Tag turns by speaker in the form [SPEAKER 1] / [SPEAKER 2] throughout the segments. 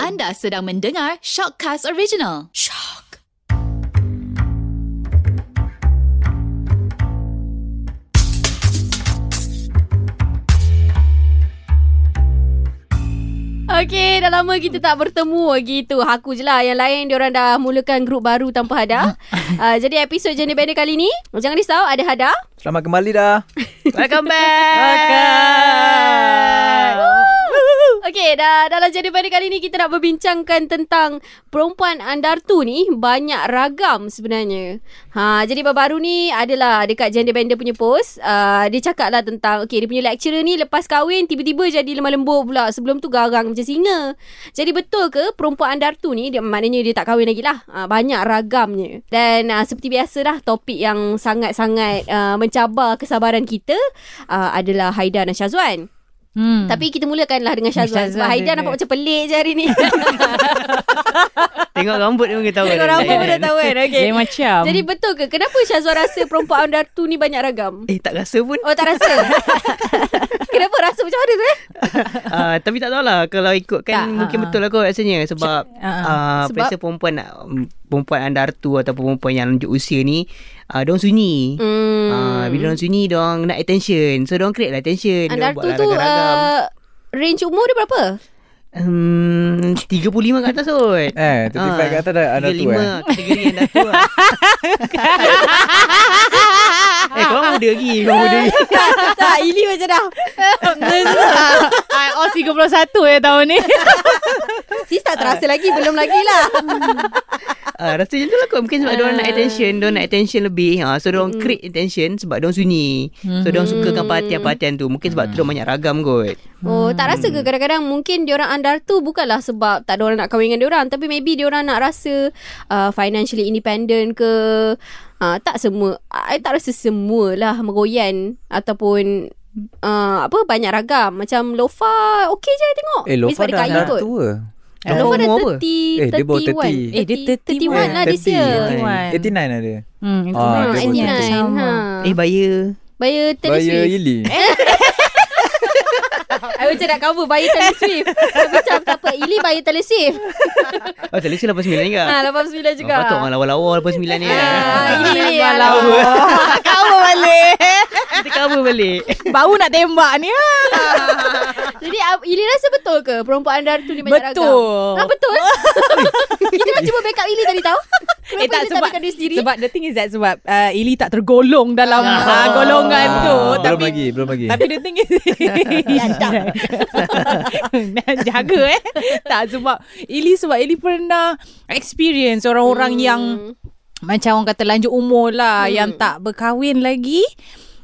[SPEAKER 1] Anda sedang mendengar Shockcast Original. Shock.
[SPEAKER 2] Okey, dah lama kita tak bertemu gitu. Aku je lah. Yang lain diorang dah mulakan grup baru tanpa Hada. uh, jadi episod Jenny Banner kali ni, jangan risau ada Hada.
[SPEAKER 3] Selamat kembali dah.
[SPEAKER 4] Welcome back.
[SPEAKER 3] Kan.
[SPEAKER 2] Okey, dah dalam Jenny Banner kali ni kita nak berbincangkan tentang perempuan andartu ni banyak ragam sebenarnya. Ha, jadi baru-baru ni adalah dekat Gender Bender punya post, uh, dia cakap lah tentang okey, dia punya lecturer ni lepas kahwin tiba-tiba jadi lemah lembut pula. Sebelum tu garang macam singa. Jadi betul ke perempuan andartu ni dia maknanya dia tak kahwin lagi lah. Uh, banyak ragamnya. Dan uh, seperti biasalah topik yang sangat-sangat uh, mencabar kesabaran kita uh, adalah Haida dan Syazwan.
[SPEAKER 4] Hmm.
[SPEAKER 2] Hmm. Tapi kita mulakanlah dengan Syazwan,
[SPEAKER 4] Syazwan
[SPEAKER 2] Sebab Haida
[SPEAKER 4] dia-
[SPEAKER 2] nampak macam pelik je hari ni
[SPEAKER 4] Tengok rambut dia mungkin tahu. Eh,
[SPEAKER 2] Tengok rambut pun dah tahu kan okay.
[SPEAKER 5] Dia macam
[SPEAKER 2] Jadi betul ke Kenapa Syazwan rasa Perempuan Dartu ni banyak ragam
[SPEAKER 4] Eh tak rasa pun
[SPEAKER 2] Oh tak rasa Kenapa rasa macam mana tu eh
[SPEAKER 4] uh, Tapi tak tahulah Kalau ikutkan
[SPEAKER 2] Tak, ah,
[SPEAKER 4] Mungkin
[SPEAKER 5] ha, ha.
[SPEAKER 4] betul lah kot rasanya Sebab
[SPEAKER 5] ha.
[SPEAKER 4] uh,
[SPEAKER 2] Sebab-
[SPEAKER 4] Biasa perempuan nak- Perempuan andartu Ataupun perempuan yang lanjut usia ni uh, Diorang sunyi
[SPEAKER 2] hmm.
[SPEAKER 4] Ah, bila orang sunyi Diorang nak attention So diorang create lah attention
[SPEAKER 2] Ah,
[SPEAKER 4] Diorang
[SPEAKER 2] Dartu
[SPEAKER 4] buat lah
[SPEAKER 2] tu
[SPEAKER 4] ragam-ragam
[SPEAKER 2] uh, Range umur dia berapa
[SPEAKER 4] Hmm, 35 ke atas kot Ah,
[SPEAKER 3] Eh, 35 ke atas dah ada tu eh.
[SPEAKER 4] 35 kategori yang lah. dah tua Eh korang muda lagi Korang muda lagi
[SPEAKER 2] Tak Ili macam dah
[SPEAKER 5] I all 31 ya tahun ni
[SPEAKER 2] Sis tak terasa lagi Belum lagi lah
[SPEAKER 4] Ah, rasa macam tu lah kot Mungkin sebab diorang
[SPEAKER 2] Ah.
[SPEAKER 4] nak attention Diorang nak attention lebih ha, So diorang
[SPEAKER 2] Mm.
[SPEAKER 4] create attention Sebab diorang sunyi So diorang
[SPEAKER 2] Mm-hmm.
[SPEAKER 4] sukakan perhatian-perhatian tu Mungkin sebab tu diorang banyak ragam kot
[SPEAKER 2] Oh tak rasa ke kadang-kadang Mungkin diorang Dartu Bukanlah sebab Tak ada orang nak kahwin dengan diorang Tapi maybe diorang nak rasa uh, Financially independent ke uh, Tak semua I tak rasa semualah Meroyan Ataupun uh, Apa Banyak ragam Macam Lofa Okay je I tengok
[SPEAKER 3] Eh, Lofa
[SPEAKER 2] Sebab dia
[SPEAKER 3] dah
[SPEAKER 2] kaya
[SPEAKER 3] dah
[SPEAKER 2] kot.
[SPEAKER 3] tua.
[SPEAKER 4] Eh,
[SPEAKER 2] Lofa dah
[SPEAKER 4] umur apa?
[SPEAKER 2] 30
[SPEAKER 3] Eh, dia baru
[SPEAKER 2] 31
[SPEAKER 5] Eh, dia
[SPEAKER 2] 31
[SPEAKER 5] 31
[SPEAKER 2] lah this
[SPEAKER 3] 30,
[SPEAKER 2] year
[SPEAKER 3] 89 lah dia.
[SPEAKER 5] hmm,
[SPEAKER 2] Ha,
[SPEAKER 3] Ah, dia baru
[SPEAKER 2] 89 ha.
[SPEAKER 4] Eh bayar
[SPEAKER 2] Bayar Taylor
[SPEAKER 3] Bayar
[SPEAKER 2] Swift
[SPEAKER 3] Ili.
[SPEAKER 2] I macam nak cover Bayar Taylor Swift I Macam tak apa Ili bayar Taylor Swift
[SPEAKER 4] Oh tak lesen 89 ni ke
[SPEAKER 2] Ha 89 juga
[SPEAKER 4] Oh, patut orang lawa-lawa 89 ni
[SPEAKER 2] Ah, Ili yang lawa
[SPEAKER 5] Lawa lah. Kamu balik
[SPEAKER 4] Ah, Kita cover balik
[SPEAKER 5] Bau nak tembak ni ah.
[SPEAKER 2] Jadi uh, Ili rasa betul ke Perempuan anda tu ni banyak
[SPEAKER 5] Betul.
[SPEAKER 2] ragam Ah, Betul Kita nak cuba backup Ili tadi tau Kenapa
[SPEAKER 5] Eh tak
[SPEAKER 2] dia tak
[SPEAKER 5] sebab
[SPEAKER 2] backup dia sendiri
[SPEAKER 5] Sebab the thing is that Sebab uh, Ili tak tergolong Dalam uh, golongan tu
[SPEAKER 3] Ah, Belum
[SPEAKER 5] Tapi
[SPEAKER 3] lagi, belum lagi.
[SPEAKER 5] Tapi the thing is Jaga eh Tak sebab Ili sebab Ili pernah Experience orang-orang hmm. yang Macam orang kata lanjut umur lah hmm. Yang tak berkahwin lagi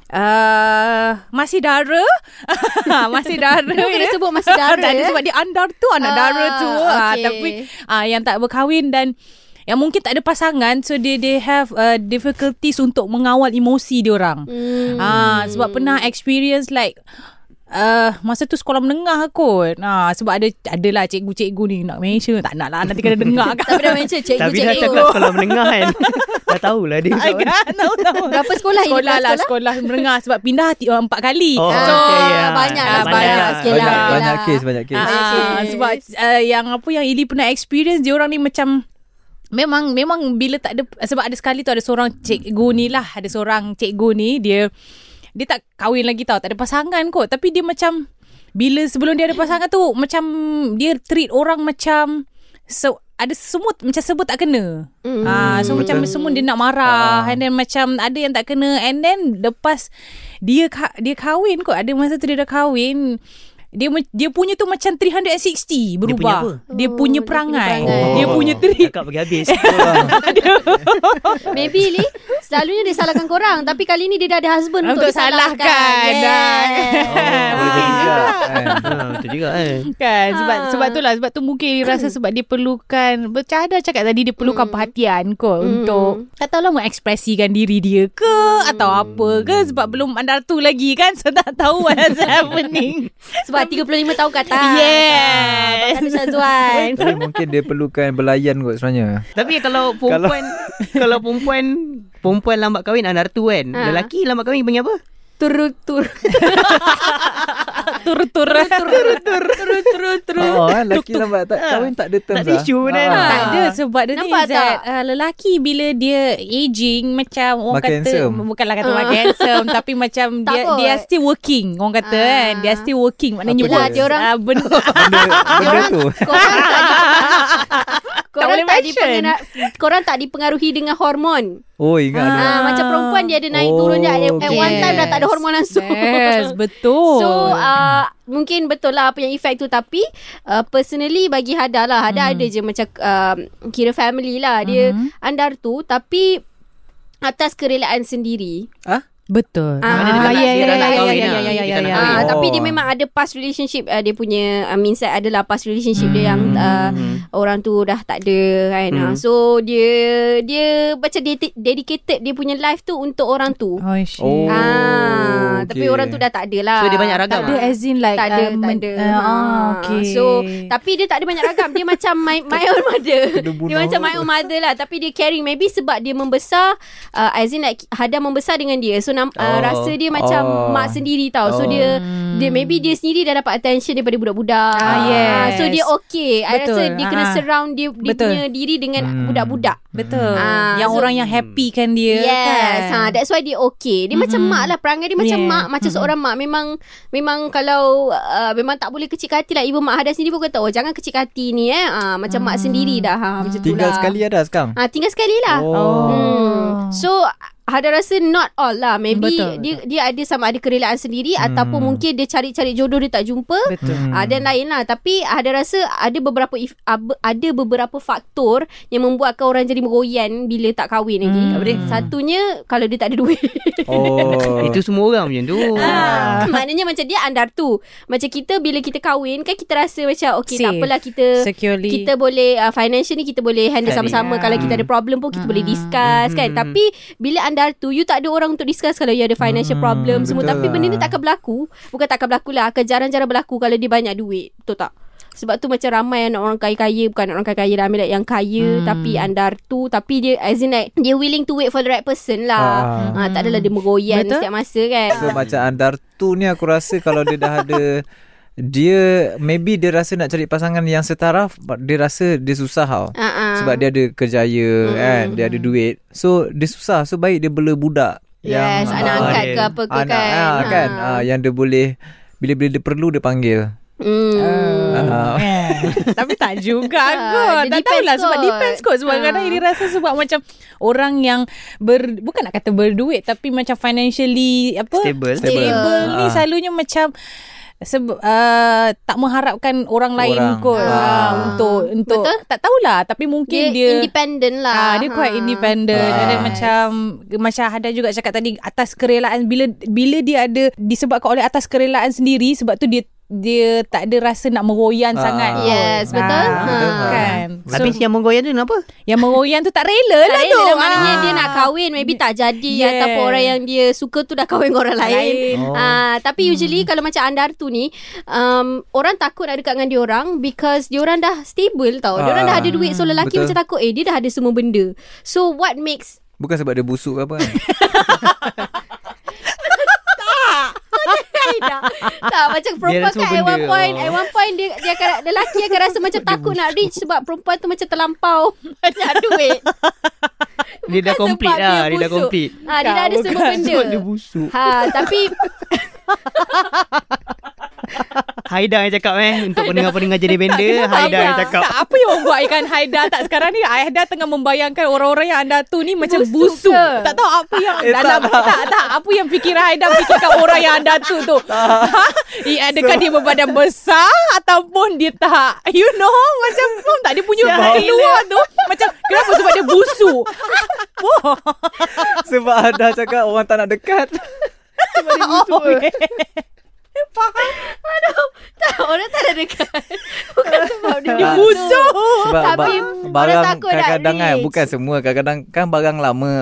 [SPEAKER 5] Uh, masih dara Masih dara
[SPEAKER 2] Kenapa kena
[SPEAKER 5] ya?
[SPEAKER 2] sebut masih dara,
[SPEAKER 5] Tak ada
[SPEAKER 2] eh?
[SPEAKER 5] Sebab dia andar tu Anak
[SPEAKER 2] Ah,
[SPEAKER 5] dara tu Ah,
[SPEAKER 2] okay.
[SPEAKER 5] Tapi ah, Yang tak berkahwin dan Yang mungkin tak ada pasangan So they, they have uh, Difficulties untuk mengawal emosi diorang
[SPEAKER 2] hmm.
[SPEAKER 5] Ah, sebab pernah experience like Uh, masa tu sekolah menengah kot ah, Sebab ada Adalah cikgu-cikgu ni Nak mention Tak nak lah Nanti kena dengar
[SPEAKER 2] Tak
[SPEAKER 5] kan
[SPEAKER 2] pernah mention Cikgu
[SPEAKER 4] Tapi dah
[SPEAKER 2] cikgu
[SPEAKER 4] cakap
[SPEAKER 5] Oh.
[SPEAKER 4] kalau menengah kan Dah tahulah dia
[SPEAKER 5] Kan? Tahu tahu
[SPEAKER 2] Berapa sekolah Ili
[SPEAKER 5] Sekolah lah
[SPEAKER 2] Berapa
[SPEAKER 5] Sekolah menengah Sebab pindah ti- uh, empat kali
[SPEAKER 4] Oh,
[SPEAKER 2] Ah,
[SPEAKER 4] So, ya.
[SPEAKER 2] Banyak lah
[SPEAKER 5] Ah,
[SPEAKER 2] Banyak
[SPEAKER 5] banyak.
[SPEAKER 2] sikit lah
[SPEAKER 3] banyak,
[SPEAKER 2] okey
[SPEAKER 3] banyak
[SPEAKER 2] lah.
[SPEAKER 3] kes, banyak kes.
[SPEAKER 2] Banyak
[SPEAKER 5] Ah,
[SPEAKER 2] kes.
[SPEAKER 5] sebab uh, yang apa yang Ili pernah experience dia orang ni macam memang memang bila tak ada sebab ada sekali tu ada seorang cikgu ni lah ada seorang cikgu ni dia dia tak kahwin lagi tau tak ada pasangan kot tapi dia macam bila sebelum dia ada pasangan tu macam dia treat orang macam so ada semua macam semua tak kena. Hmm,
[SPEAKER 2] Hmm.
[SPEAKER 5] ah so
[SPEAKER 3] Betul.
[SPEAKER 5] macam semua dia nak marah and then macam ada yang tak kena and then lepas dia ka- dia kahwin kot ada masa tu dia dah kahwin dia me- dia punya tu macam 360 berubah.
[SPEAKER 2] apa?
[SPEAKER 5] Dia punya, dia
[SPEAKER 2] Oh, dia punya
[SPEAKER 5] punya perangai.
[SPEAKER 2] perangai.
[SPEAKER 5] Dia punya treat.
[SPEAKER 4] Oh, Cakap pergi habis Ah,
[SPEAKER 2] Maybe Ili Selalunya dia salahkan korang Tapi kali ni dia dah ada husband Untuk,
[SPEAKER 5] Untuk salahkan.
[SPEAKER 2] Yes.
[SPEAKER 3] Ah, Boleh jadi juga. kan.
[SPEAKER 4] Ah, Betul juga kan
[SPEAKER 5] Kan sebab
[SPEAKER 2] Ah.
[SPEAKER 5] sebab itulah sebab tu mungkin dia rasa sebab dia perlukan macam ada cakap tadi dia perlukan perhatian kot
[SPEAKER 2] Hmm.
[SPEAKER 5] untuk tak tahulah mengekspresikan diri dia ke atau apa ke sebab belum anda tu lagi kan so tak tahu what's happening.
[SPEAKER 2] Sebab 35 tahun ke atas
[SPEAKER 5] Yes.
[SPEAKER 2] Kata Syazwan
[SPEAKER 3] Tapi mungkin dia perlukan belayan kot sebenarnya.
[SPEAKER 4] Tapi kalau perempuan kalau perempuan perempuan lambat kahwin anak tu kan.
[SPEAKER 2] Ha.
[SPEAKER 4] Ha. Lelaki lambat kahwin panggil apa?
[SPEAKER 2] Turut-turut
[SPEAKER 5] Tur-tur Tur-tur Tur-tur
[SPEAKER 3] Oh, kan? lelaki lambat tak kahwin tak ada lah. term
[SPEAKER 4] Tak ada isu pun
[SPEAKER 3] Ah.
[SPEAKER 4] kan?
[SPEAKER 5] Tak ada sebab the
[SPEAKER 2] Nampak
[SPEAKER 5] thing is that uh, lelaki bila dia aging macam orang
[SPEAKER 3] Makin
[SPEAKER 5] kata
[SPEAKER 3] handsome.
[SPEAKER 5] bukanlah kata makin handsome tapi macam dia
[SPEAKER 2] Ah. Takut.
[SPEAKER 5] dia still working orang kata
[SPEAKER 2] Ah.
[SPEAKER 5] kan dia still working maknanya
[SPEAKER 3] Apa dia?
[SPEAKER 5] dia orang benda
[SPEAKER 3] Benda, benda tu.
[SPEAKER 2] Korang tak Korang
[SPEAKER 5] boleh
[SPEAKER 2] tak,
[SPEAKER 5] mention.
[SPEAKER 2] dipengaruh, korang tak dipengaruhi dengan hormon.
[SPEAKER 3] Oh, ingat
[SPEAKER 2] Ah,
[SPEAKER 3] ada.
[SPEAKER 2] macam perempuan dia ada naik
[SPEAKER 3] Oh,
[SPEAKER 2] turun dia at, at one
[SPEAKER 3] okay.
[SPEAKER 2] time dah tak ada hormon langsung.
[SPEAKER 5] Yes, betul.
[SPEAKER 2] So uh, mungkin betul lah apa yang efek tu tapi uh, personally bagi Hada lah Hada ada je macam um, kira family lah dia
[SPEAKER 5] Mhm.
[SPEAKER 2] andar tu tapi atas kerelaan sendiri.
[SPEAKER 3] Ah?
[SPEAKER 5] betul.
[SPEAKER 2] Ah, dia
[SPEAKER 5] Ah,
[SPEAKER 2] nak-
[SPEAKER 5] ya ya
[SPEAKER 4] dia tak nak
[SPEAKER 5] ya ya
[SPEAKER 4] kahwin lah.
[SPEAKER 5] ya ya
[SPEAKER 4] Dia
[SPEAKER 5] ya
[SPEAKER 4] tak nak
[SPEAKER 5] ya.
[SPEAKER 2] Ah,
[SPEAKER 3] Oh.
[SPEAKER 2] tapi dia memang ada past relationship uh, dia punya I mean saya adalah past relationship dia yang uh,
[SPEAKER 3] Hmm.
[SPEAKER 2] orang tu dah tak ada kan. Ah,
[SPEAKER 4] Hmm.
[SPEAKER 2] so dia dia macam dia te- dedicated dia punya life tu untuk orang tu.
[SPEAKER 5] Oh, shit.
[SPEAKER 3] Oh,
[SPEAKER 2] ah, tapi
[SPEAKER 3] okay.
[SPEAKER 2] orang tu dah tak ada lah.
[SPEAKER 4] So, dia banyak ragam
[SPEAKER 2] Tak
[SPEAKER 5] Dia as in like
[SPEAKER 2] tak ada,
[SPEAKER 5] um,
[SPEAKER 2] tak ada.
[SPEAKER 5] Uh,
[SPEAKER 2] Ha,
[SPEAKER 5] oh, okay.
[SPEAKER 2] So, tapi dia tak ada banyak ragam. Dia macam my, my own mother.
[SPEAKER 3] Kena bunuh.
[SPEAKER 2] Dia macam my own mother lah. Tapi dia caring. Maybe sebab dia membesar, uh, as in like Hada membesar dengan dia. So, nam, uh,
[SPEAKER 4] Oh.
[SPEAKER 2] rasa dia macam
[SPEAKER 3] Oh.
[SPEAKER 2] mak sendiri tau. So,
[SPEAKER 3] Oh.
[SPEAKER 2] dia dia maybe dia sendiri dah dapat attention daripada budak-budak.
[SPEAKER 5] Hmm. Ah,
[SPEAKER 2] Ah, So,
[SPEAKER 5] yes.
[SPEAKER 2] dia okay. I rasa
[SPEAKER 5] Betul.
[SPEAKER 2] dia kena
[SPEAKER 5] Ah.
[SPEAKER 2] surround dia, dia
[SPEAKER 5] Betul.
[SPEAKER 2] punya diri dengan
[SPEAKER 3] Hmm.
[SPEAKER 2] budak-budak.
[SPEAKER 5] betul.
[SPEAKER 2] Ah,
[SPEAKER 5] yang
[SPEAKER 2] so-
[SPEAKER 5] orang yang happy kan dia
[SPEAKER 2] Yes,
[SPEAKER 5] kan. Mhm.
[SPEAKER 2] ha, that's why dia okay. Dia mm-hmm. macam mak lah perangai dia macam
[SPEAKER 5] Yeah. Mhm.
[SPEAKER 2] mak, macam seorang mak. Memang memang kalau uh, memang tak boleh kecil hati lah. Ibu mak Hadas sendiri pun kata, "Oh, jangan kecil hati ni eh." Ah, macam
[SPEAKER 5] Hmm.
[SPEAKER 2] mak sendiri dah. Ha, macam tu
[SPEAKER 3] Tinggal
[SPEAKER 2] lah.
[SPEAKER 3] sekali ada sekarang.
[SPEAKER 2] Ah, tinggal sekali lah.
[SPEAKER 3] Oh.
[SPEAKER 2] Hmm. So Hada rasa not all lah Maybe
[SPEAKER 5] Betul,
[SPEAKER 2] dia dia ada sama ada kerelaan sendiri hmm. Ataupun mungkin dia cari-cari jodoh dia tak jumpa
[SPEAKER 5] Betul.
[SPEAKER 3] Hmm.
[SPEAKER 2] Ah, dan lain lah Tapi ada rasa Ada beberapa if- ab- Ada beberapa faktor Yang membuatkan orang jadi meroyan Bila tak kahwin lagi
[SPEAKER 5] Hmm.
[SPEAKER 2] Apa dia? Satunya Kalau dia tak ada duit
[SPEAKER 3] Oh.
[SPEAKER 4] Ah, Itu semua orang macam tu.
[SPEAKER 5] Oh.
[SPEAKER 2] ah. Maknanya macam dia andar tu Macam kita Bila kita kahwin Kan kita rasa macam Okay tak
[SPEAKER 5] Safe.
[SPEAKER 2] apalah kita
[SPEAKER 5] Securely.
[SPEAKER 2] kita boleh uh, financial ni kita boleh handle
[SPEAKER 4] Cari.
[SPEAKER 2] sama-sama kalau kita ada problem pun kita boleh
[SPEAKER 3] Hmm.
[SPEAKER 2] discuss kan
[SPEAKER 4] Mm.
[SPEAKER 2] tapi bila anda tu you tak ada orang untuk discuss kalau you ada financial
[SPEAKER 3] Mm,
[SPEAKER 2] problem semua
[SPEAKER 3] betul
[SPEAKER 2] tapi
[SPEAKER 3] lah.
[SPEAKER 2] benda ni tak akan berlaku bukan tak akan berlaku lah akan jarang-jarang berlaku kalau dia banyak duit betul tak sebab tu macam ramai anak orang kaya-kaya Bukan anak orang kaya-kaya lah Ambil yang kaya
[SPEAKER 3] Hmm.
[SPEAKER 2] Tapi andar tu Tapi dia as in like Dia willing to wait for the right person lah
[SPEAKER 3] Ah.
[SPEAKER 2] ha, Tak adalah dia meroyan
[SPEAKER 5] Betul.
[SPEAKER 2] Setiap masa kan
[SPEAKER 3] So macam Andar tu ni aku rasa kalau dia dah ada dia maybe dia rasa nak cari pasangan yang setaraf but dia rasa dia susah tau.
[SPEAKER 2] Ah, Hmm. ah.
[SPEAKER 3] Sebab dia ada kerjaya kan, dia ada duit. So dia susah. So baik dia bela budak
[SPEAKER 2] Yes, anak
[SPEAKER 3] ah,
[SPEAKER 2] angkat
[SPEAKER 4] dia-
[SPEAKER 2] ke apa ke
[SPEAKER 3] anak
[SPEAKER 2] kan.
[SPEAKER 3] kan, ah, kan
[SPEAKER 2] Ha.
[SPEAKER 3] ah, yang dia boleh bila-bila dia perlu dia panggil.
[SPEAKER 2] Hmm.
[SPEAKER 3] Ah.
[SPEAKER 5] Eh, Tapi tak juga
[SPEAKER 2] Ah,
[SPEAKER 5] kot Tak
[SPEAKER 2] dia depends
[SPEAKER 5] tahulah Sebab
[SPEAKER 2] kot.
[SPEAKER 5] depends kot Sebab
[SPEAKER 2] Ah.
[SPEAKER 5] kadang dia rasa Sebab macam Orang yang ber, Bukan nak kata berduit Tapi macam financially Apa
[SPEAKER 4] Stable.
[SPEAKER 5] Stable,
[SPEAKER 3] Stable.
[SPEAKER 5] ni
[SPEAKER 3] Ah.
[SPEAKER 5] Selalunya macam Seb, uh, tak mengharapkan orang, lain
[SPEAKER 3] Orang.
[SPEAKER 5] kot
[SPEAKER 3] Ah.
[SPEAKER 5] ah, untuk untuk
[SPEAKER 2] Betul.
[SPEAKER 5] tak tahulah tapi mungkin dia,
[SPEAKER 2] Dia, independent
[SPEAKER 5] Ah,
[SPEAKER 2] lah.
[SPEAKER 5] dia quite independent
[SPEAKER 3] Ah.
[SPEAKER 5] and then macam macam Hada juga cakap tadi atas kerelaan bila bila dia ada disebabkan oleh atas kerelaan sendiri sebab tu dia dia tak ada rasa nak meroyan
[SPEAKER 3] Ah.
[SPEAKER 5] sangat. kot.
[SPEAKER 2] Yes, betul.
[SPEAKER 5] Ah,
[SPEAKER 2] Betul.
[SPEAKER 5] Kan. So,
[SPEAKER 4] Habis yang menggoyang tu kenapa?
[SPEAKER 5] yang meroyan tu tak rela
[SPEAKER 2] Tak
[SPEAKER 5] lah
[SPEAKER 2] rela
[SPEAKER 5] tu.
[SPEAKER 2] lah maknanya
[SPEAKER 5] Ah.
[SPEAKER 2] dia nak kahwin maybe tak jadi
[SPEAKER 5] Yes.
[SPEAKER 2] ataupun orang yang dia suka tu dah kahwin dengan orang lain.
[SPEAKER 5] Lain.
[SPEAKER 2] Oh. tapi usually kalau macam andar tu ni um, orang takut nak dekat dengan dia orang because dia orang dah stable tau. Dia orang
[SPEAKER 3] Ah.
[SPEAKER 2] dah ada duit so lelaki
[SPEAKER 3] Betul.
[SPEAKER 2] macam takut eh dia dah ada semua benda. So what makes
[SPEAKER 3] Bukan sebab dia busuk ke apa kan.
[SPEAKER 2] Aida. eh, tak macam perempuan
[SPEAKER 4] rasa
[SPEAKER 2] kan at one
[SPEAKER 4] benda.
[SPEAKER 2] point
[SPEAKER 4] Oh.
[SPEAKER 2] at one point dia, dia akan lelaki akan rasa macam takut nak reach sebab perempuan tu macam terlampau banyak duit.
[SPEAKER 4] Dia dah
[SPEAKER 2] Bukan
[SPEAKER 4] complete
[SPEAKER 2] sebab dia
[SPEAKER 4] lah. Dia dah
[SPEAKER 2] busuk.
[SPEAKER 4] complete.
[SPEAKER 2] Ha, dia dah ada semua benda.
[SPEAKER 4] Sebab dia busuk.
[SPEAKER 2] Ha, tapi
[SPEAKER 4] Haida yang cakap eh. Untuk pendengar-pendengar jadi benda. Haida yang cakap.
[SPEAKER 5] Tak, apa yang orang buat ikan Haida tak sekarang ni Haida tengah membayangkan orang-orang yang anda tu ni macam
[SPEAKER 2] Busuk
[SPEAKER 5] busuk.
[SPEAKER 2] ke?
[SPEAKER 5] Tak tahu apa yang dalam tak, tak apa yang fikiran Haida fikirkan orang yang anda tu tu. Ha? Adakah dia berbadan besar ataupun dia tak you know macam faham tak dia punya
[SPEAKER 4] Sial.
[SPEAKER 5] keluar tu macam kenapa sebab dia busuk. Wah.
[SPEAKER 3] sebab Andar cakap orang tak nak dekat.
[SPEAKER 5] Oh, okay.
[SPEAKER 2] Tak, orang tak ada dekat. Bukan sebab dia, dia
[SPEAKER 3] Ah.
[SPEAKER 2] busuk.
[SPEAKER 3] Sebab
[SPEAKER 2] Oh, Tapi orang
[SPEAKER 3] barang
[SPEAKER 2] takut nak
[SPEAKER 3] kadang-kadang kan,
[SPEAKER 2] reach.
[SPEAKER 3] bukan semua kadang-kadang kan barang lama.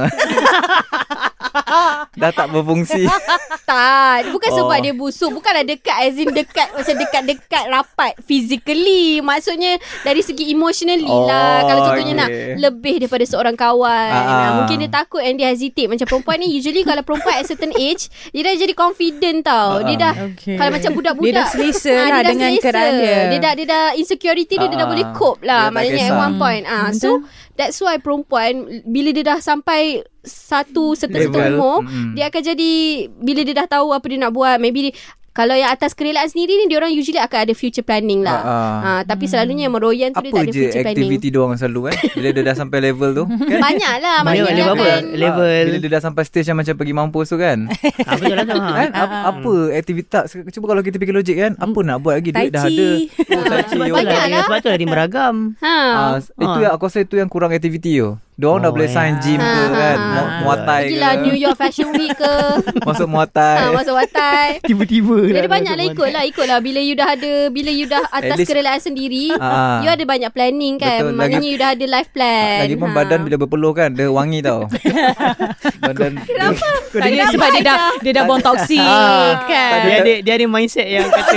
[SPEAKER 3] dah tak berfungsi.
[SPEAKER 2] Tak Bukan oh.
[SPEAKER 3] Oh.
[SPEAKER 2] sebab dia busuk Bukanlah dekat As in dekat Macam dekat-dekat rapat Physically Maksudnya Dari segi emotionally oh,
[SPEAKER 3] Oh,
[SPEAKER 2] lah Kalau contohnya
[SPEAKER 3] okay.
[SPEAKER 2] nak Lebih daripada seorang kawan
[SPEAKER 3] Ah.
[SPEAKER 2] ha, Mungkin dia takut And dia hesitate Macam perempuan ni Usually kalau perempuan At certain age Dia dah jadi confident
[SPEAKER 3] Ah,
[SPEAKER 2] tau Dia dah okay.
[SPEAKER 5] Okay.
[SPEAKER 2] Kalau macam budak-budak
[SPEAKER 5] Dia dah selesa
[SPEAKER 2] Ah,
[SPEAKER 5] lah
[SPEAKER 2] dia dah
[SPEAKER 5] dengan
[SPEAKER 2] selesa.
[SPEAKER 5] keadaan dia.
[SPEAKER 2] Dia dah, dia dah insecurity dia, dia dah
[SPEAKER 3] Ah,
[SPEAKER 2] boleh cope
[SPEAKER 3] dia
[SPEAKER 2] lah
[SPEAKER 3] tak
[SPEAKER 2] Maknanya at
[SPEAKER 3] kisah.
[SPEAKER 2] one point ah, So That's why perempuan Bila dia dah sampai Satu Serta-serta
[SPEAKER 3] Level.
[SPEAKER 2] umur
[SPEAKER 3] Mm-mm.
[SPEAKER 2] Dia akan jadi Bila dia dah tahu Apa dia nak buat Maybe dia, Kalau yang atas kerelaan sendiri ni Dia orang usually akan ada Future planning lah
[SPEAKER 3] Ah, ah.
[SPEAKER 2] Ah, Tapi selalunya yang meroyan tu Dia tak
[SPEAKER 3] Apa
[SPEAKER 2] ada
[SPEAKER 3] je
[SPEAKER 2] future planning
[SPEAKER 3] aktiviti dia orang selalu kan Bila dia dah sampai level tu kan?
[SPEAKER 2] Banyak lah
[SPEAKER 4] Banyak
[SPEAKER 2] Maknanya dia
[SPEAKER 4] level apa?
[SPEAKER 2] akan
[SPEAKER 4] Level.
[SPEAKER 3] Bila dia dah sampai stage yang macam pergi mampus tu kan
[SPEAKER 4] Ah, betul lah tu. ha.
[SPEAKER 3] kan? Apa, apa aktiviti tak Cuba kalau kita fikir logik kan Apa nak buat lagi
[SPEAKER 5] Tai
[SPEAKER 3] Duit dah
[SPEAKER 5] chi.
[SPEAKER 3] ada Oh tai chi
[SPEAKER 4] Sebab
[SPEAKER 3] oh,
[SPEAKER 4] tu
[SPEAKER 2] Banyak
[SPEAKER 4] lah.
[SPEAKER 2] lah.
[SPEAKER 4] Sebab tu lah dia meragam.
[SPEAKER 2] ha.
[SPEAKER 3] Ah, itu yang aku rasa itu yang kurang aktiviti tu. Diorang dah
[SPEAKER 4] Oh,
[SPEAKER 3] boleh sign
[SPEAKER 4] eh.
[SPEAKER 3] gym ke
[SPEAKER 2] Ah.
[SPEAKER 3] kan,
[SPEAKER 2] Ah.
[SPEAKER 3] mu- muay thai ke.
[SPEAKER 2] Gila New York Fashion Week ke
[SPEAKER 3] Masuk
[SPEAKER 2] ha,
[SPEAKER 3] muay thai.
[SPEAKER 2] Masa watai
[SPEAKER 4] Tiba-tiba lah.
[SPEAKER 2] Jadi banyak lah ikut lah Ikut lah Bila you dah ada Bila you dah atas
[SPEAKER 3] At least-
[SPEAKER 2] kerelaan sendiri
[SPEAKER 3] Ah.
[SPEAKER 2] You ada banyak planning kan
[SPEAKER 3] Betul, lagi-
[SPEAKER 2] Maknanya you dah ada life plan
[SPEAKER 3] Ah, Lagipun
[SPEAKER 2] Ha.
[SPEAKER 3] badan bila berpeluh kan, dia wangi tau. badan Kenapa?
[SPEAKER 5] Tak ada sebab dia dah dia dah buang toksik kan.
[SPEAKER 4] Dia ada dia ada mindset yang kata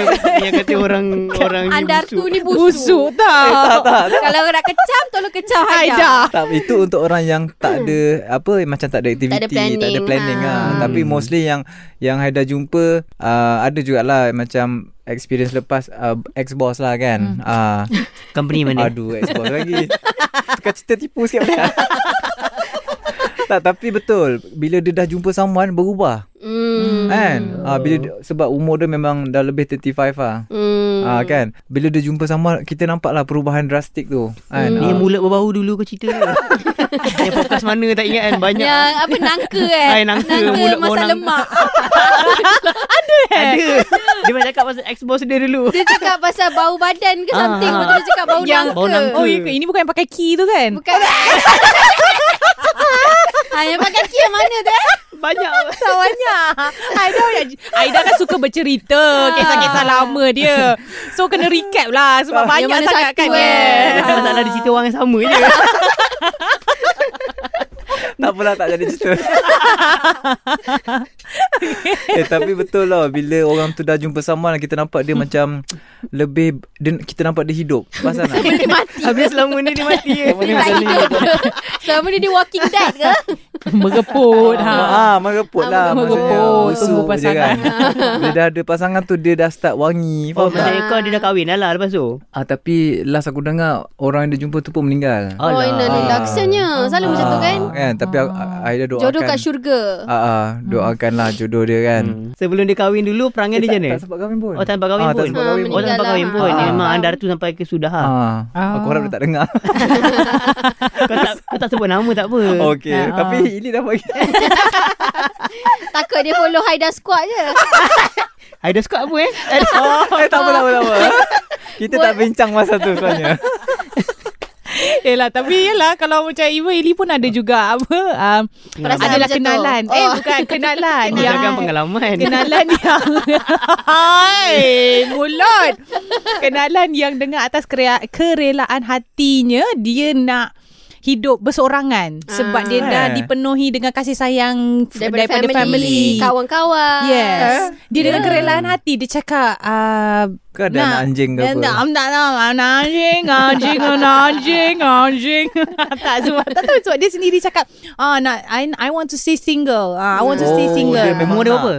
[SPEAKER 4] yang kata orang orang ni
[SPEAKER 2] Andar tu
[SPEAKER 4] busuk.
[SPEAKER 2] ni busuk,
[SPEAKER 5] Busuk
[SPEAKER 2] Eh,
[SPEAKER 5] tak?
[SPEAKER 2] Kalau nak kecam Tolong kecam Haida
[SPEAKER 5] Haida.
[SPEAKER 3] tak, itu untuk orang yang tak ada apa macam tak ada aktiviti, tak ada planning, tak ada planning
[SPEAKER 2] ha.
[SPEAKER 3] ha. Tapi mostly yang yang Haida jumpa uh, ada jugalah macam experience lepas uh, ex boss lah kan. Ah
[SPEAKER 4] Company mana?
[SPEAKER 3] Aduh ex-boss lagi Tukar cerita tipu sikit boleh tak? tak tapi betul Bila dia dah jumpa someone Berubah
[SPEAKER 2] Hmm.
[SPEAKER 3] hmm. Kan ah, bila dia, Sebab umur dia memang Dah lebih 35 lah
[SPEAKER 2] Hmm.
[SPEAKER 3] Ah kan bila dia jumpa someone kita nampak lah perubahan drastik tu kan
[SPEAKER 4] Ni
[SPEAKER 3] hmm.
[SPEAKER 4] yang mulut berbau dulu kau cerita tu. Yang podcast mana tak ingat kan banyak.
[SPEAKER 2] Yang apa nangka eh
[SPEAKER 4] Hai, nangka, mulut
[SPEAKER 2] masak
[SPEAKER 4] orang-
[SPEAKER 2] lemak
[SPEAKER 4] Ada. Dia macam cakap pasal ex-boss dia dulu.
[SPEAKER 2] Dia cakap pasal bau badan ke
[SPEAKER 4] Ah,
[SPEAKER 2] something
[SPEAKER 4] ah.
[SPEAKER 2] Lepas tu dia cakap bau
[SPEAKER 4] Yang-
[SPEAKER 2] nangka
[SPEAKER 4] bau nangka.
[SPEAKER 5] Oh, ya ke? ini bukan yang pakai key tu kan?
[SPEAKER 2] Bukan ha, Yang pakai kia mana tu eh
[SPEAKER 4] Banyak.
[SPEAKER 5] Kawannya Aida banyak- Aida kan suka
[SPEAKER 2] Ah.
[SPEAKER 5] bercerita Kisah-kisah lama dia So kena recap lah Sebab
[SPEAKER 2] Ah,
[SPEAKER 5] banyak
[SPEAKER 2] Yang mana
[SPEAKER 5] sangat
[SPEAKER 2] satu,
[SPEAKER 5] kan
[SPEAKER 2] eh.
[SPEAKER 5] kan
[SPEAKER 4] Takkan masalah dia cerita orang yang sama je.
[SPEAKER 3] tak apalah tak jadi cerita eh tapi betul lah bila orang tu dah jumpa someone kita nampak dia macam lebih dia, kita nampak dia hidup pasal nak
[SPEAKER 2] Dia mati
[SPEAKER 4] Habis selama ni dia mati. Selama
[SPEAKER 2] Dia tak hidup ke Selama ni dia walking dead ke
[SPEAKER 5] Mereput ha.
[SPEAKER 3] Ah, ah mereput
[SPEAKER 2] Ah,
[SPEAKER 3] lah
[SPEAKER 5] mereput.
[SPEAKER 3] maksudnya.
[SPEAKER 5] Mereput,
[SPEAKER 3] Busuk
[SPEAKER 5] tunggu
[SPEAKER 3] je
[SPEAKER 5] pasangan.
[SPEAKER 3] Bila dah ada pasangan tu Dia dah start wangi Faham
[SPEAKER 4] Oh,
[SPEAKER 3] tak?
[SPEAKER 4] macam kau dia dah kahwin dah lah lepas tu.
[SPEAKER 3] Ah, tapi last aku dengar Orang yang dia jumpa tu pun meninggal
[SPEAKER 2] Oh inalillah Kesiannya Selalu macam tu kan
[SPEAKER 3] kan? Tapi ah. Aida doakan
[SPEAKER 2] Jodoh kat syurga
[SPEAKER 3] ah, ah, Doakanlah jodoh dia kan
[SPEAKER 4] Sebelum dia kahwin dulu perangai dia macam mana?
[SPEAKER 3] Eh, Tak sempat kahwin pun
[SPEAKER 4] Oh tak sempat kahwin
[SPEAKER 3] Ah,
[SPEAKER 4] pun.
[SPEAKER 3] tak sempat kahwin
[SPEAKER 2] Ah,
[SPEAKER 4] Oh tak
[SPEAKER 2] meninggal
[SPEAKER 4] sempat kahwin
[SPEAKER 2] lah.
[SPEAKER 4] pun.
[SPEAKER 3] Ah.
[SPEAKER 4] Memang andar tu sampai ke sudah ha.
[SPEAKER 3] ah. Aku harap dia tak dengar
[SPEAKER 4] Kau tak kau tak sebut nama tak apa.
[SPEAKER 3] Oh, Okay
[SPEAKER 5] Ah.
[SPEAKER 3] Tapi ini Eh, dah bagi
[SPEAKER 2] Takut dia follow Haida squad je
[SPEAKER 4] Haida Scott apa eh?
[SPEAKER 3] oh, Eh tak apa tak apa, tak apa. Kita tak bincang masa tu sebenarnya
[SPEAKER 5] Yelah tapi yelah Kalau macam Ibu Ili pun ada juga Apa um,
[SPEAKER 2] Perasaan
[SPEAKER 5] Adalah
[SPEAKER 2] macam tu.
[SPEAKER 5] kenalan Eh
[SPEAKER 2] Oh.
[SPEAKER 5] bukan kenalan yang,
[SPEAKER 4] Berdasarkan pengalaman.
[SPEAKER 5] Kenalan yang Hai Mulut Kenalan yang dengan atas kerea- kerelaan hatinya Dia nak hidup bersorangan sebab dia dah
[SPEAKER 3] Eh.
[SPEAKER 5] dipenuhi dengan kasih sayang f-
[SPEAKER 2] Daripada,
[SPEAKER 5] daripada, family.
[SPEAKER 2] Kawan-kawan Ya,
[SPEAKER 5] Yes. Dia dengan kerelaan hati dia cakap uh,
[SPEAKER 3] Eh. Kau ada anak anjing ke apa?
[SPEAKER 5] Tak, tak, tak, anak anjing, anjing, anak anjing, anjing. tak sebab tak tahu sebab dia sendiri cakap, ah nak I, I want to stay single. Ah, I want to stay
[SPEAKER 3] Oh,
[SPEAKER 5] single.
[SPEAKER 3] dia memang
[SPEAKER 4] Umur dia
[SPEAKER 3] nak.
[SPEAKER 4] berapa?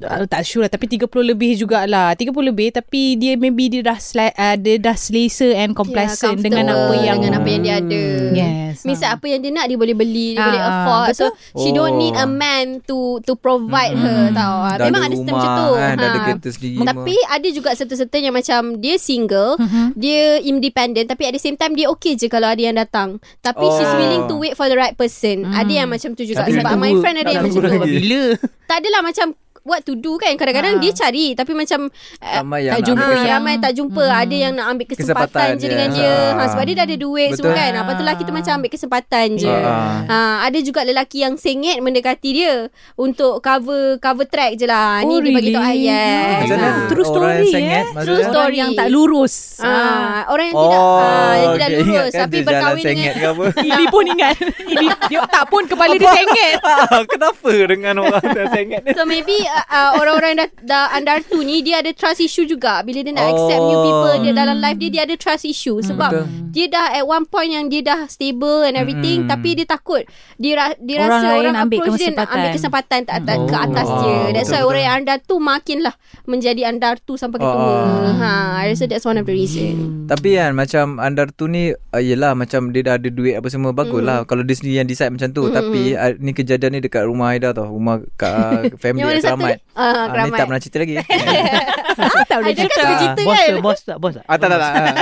[SPEAKER 5] Ah, uh, tak sure lah tapi 30 lebih jugalah 30 lebih tapi dia maybe dia dah sla- uh, dia dah selesa and complacent yeah, dengan apa
[SPEAKER 2] Ya, comfortable
[SPEAKER 5] yang
[SPEAKER 2] dengan apa yang dia ada.
[SPEAKER 5] Yes.
[SPEAKER 3] Hmm.
[SPEAKER 2] Misal apa yang dia nak dia boleh beli, dia
[SPEAKER 5] Ah,
[SPEAKER 2] boleh afford. So she don't
[SPEAKER 3] Oh.
[SPEAKER 2] need a man to to provide her tau. Ah,
[SPEAKER 3] Hmm. Dah
[SPEAKER 2] Memang
[SPEAKER 3] ada
[SPEAKER 2] ada sistem
[SPEAKER 3] rumah,
[SPEAKER 2] macam tu.
[SPEAKER 3] kan, dah ada
[SPEAKER 2] Ha.
[SPEAKER 3] kereta sendiri
[SPEAKER 2] Tapi ada juga serta-serta yang macam dia single,
[SPEAKER 3] Hmm.
[SPEAKER 2] dia independent tapi at the same time dia okay je kalau ada yang datang. Tapi
[SPEAKER 3] Oh. Hmm.
[SPEAKER 2] she's willing to wait for the right person. Ada yang macam tu juga
[SPEAKER 3] Tapi
[SPEAKER 2] sebab
[SPEAKER 3] nak
[SPEAKER 2] my
[SPEAKER 3] tunggu-
[SPEAKER 2] friend ada
[SPEAKER 3] nak
[SPEAKER 2] yang macam tu.
[SPEAKER 3] tunggu lagi. Ah.
[SPEAKER 4] Bila?
[SPEAKER 2] Tak adalah macam what to do kan
[SPEAKER 5] Ha.
[SPEAKER 2] Kadang-kadang dia cari Tapi macam uh,
[SPEAKER 3] Ramai yang
[SPEAKER 5] tak
[SPEAKER 3] nak
[SPEAKER 5] jumpa.
[SPEAKER 3] ambil.
[SPEAKER 2] Ah,
[SPEAKER 5] yang-
[SPEAKER 2] ramai tak jumpa hmm. ada yang nak ambil kesempatan,
[SPEAKER 3] Kesempatan
[SPEAKER 2] je
[SPEAKER 3] je.
[SPEAKER 2] dengan dia. Ha
[SPEAKER 3] Ah.
[SPEAKER 2] sebab dia dah ada duit Betul. semua
[SPEAKER 3] Betul.
[SPEAKER 2] kan. Apa tu lah kita macam ambil kesempatan je.
[SPEAKER 3] Ah.
[SPEAKER 2] Ha ada juga lelaki yang sengit mendekati dia untuk cover cover track je lah. Ni
[SPEAKER 5] Oh,
[SPEAKER 2] dia bagi tahu ah,
[SPEAKER 5] really? lah.
[SPEAKER 2] yes.
[SPEAKER 3] Macam mana
[SPEAKER 2] Ah.
[SPEAKER 5] True
[SPEAKER 3] lah. orang yang
[SPEAKER 5] story,
[SPEAKER 3] sengit,
[SPEAKER 5] eh?
[SPEAKER 3] maksudnya?
[SPEAKER 2] True story.
[SPEAKER 5] Orang yang tak lurus. Ah.
[SPEAKER 2] Ah, orang yang tidak ah, yang tidak
[SPEAKER 3] okay.
[SPEAKER 2] lurus
[SPEAKER 3] Oh, Ingatkan
[SPEAKER 2] tapi
[SPEAKER 3] dia jalan
[SPEAKER 2] berkahwin
[SPEAKER 3] sengit
[SPEAKER 2] dengan
[SPEAKER 3] ke apa.
[SPEAKER 5] Ili pun ingat. Ili dia tak pun kepala dia sengit.
[SPEAKER 3] Ah, Kenapa dengan orang yang sengit ni?
[SPEAKER 2] So maybe uh, uh, orang-orang yang dah, dah under tu ni dia ada trust issue juga bila dia nak oh.
[SPEAKER 3] Oh.
[SPEAKER 2] accept new people dia dalam life dia dia ada trust issue sebab
[SPEAKER 3] Hmm, Betul.
[SPEAKER 2] dia dah at one point yang dia dah stable and everything
[SPEAKER 3] Hmm.
[SPEAKER 2] tapi dia takut dia ra- dia
[SPEAKER 5] Orang
[SPEAKER 2] rasa
[SPEAKER 5] lain
[SPEAKER 2] orang
[SPEAKER 5] ambil
[SPEAKER 2] approach dia nak
[SPEAKER 5] kesempatan.
[SPEAKER 2] ambil kesempatan tak, tak ke
[SPEAKER 3] Oh.
[SPEAKER 2] atas
[SPEAKER 3] Ah,
[SPEAKER 2] dia that's why
[SPEAKER 3] betul-betul.
[SPEAKER 2] orang yang under tu makinlah menjadi under tu sampai ke
[SPEAKER 3] Ah.
[SPEAKER 2] tua ha I rasa that's one of the reason
[SPEAKER 3] Tapi kan macam Andar tu ni uh, Yelah macam dia dah ada duit apa semua Bagus
[SPEAKER 2] Hmm.
[SPEAKER 3] lah Kalau dia sendiri yang decide macam tu Tapi uh, ni kejadian ni dekat rumah Haida tau Rumah kat, uh, family
[SPEAKER 2] yang mana satu
[SPEAKER 3] keramat
[SPEAKER 2] uh,
[SPEAKER 3] Ah, Ni
[SPEAKER 2] keramat
[SPEAKER 3] tak pernah cerita lagi Ah,
[SPEAKER 5] tak
[SPEAKER 2] ada kan
[SPEAKER 3] cerita.
[SPEAKER 2] suka cerita
[SPEAKER 4] Ah. Bos
[SPEAKER 2] kan
[SPEAKER 4] tak, bos tak, bos tak.
[SPEAKER 3] tak tak tak Ah, tak,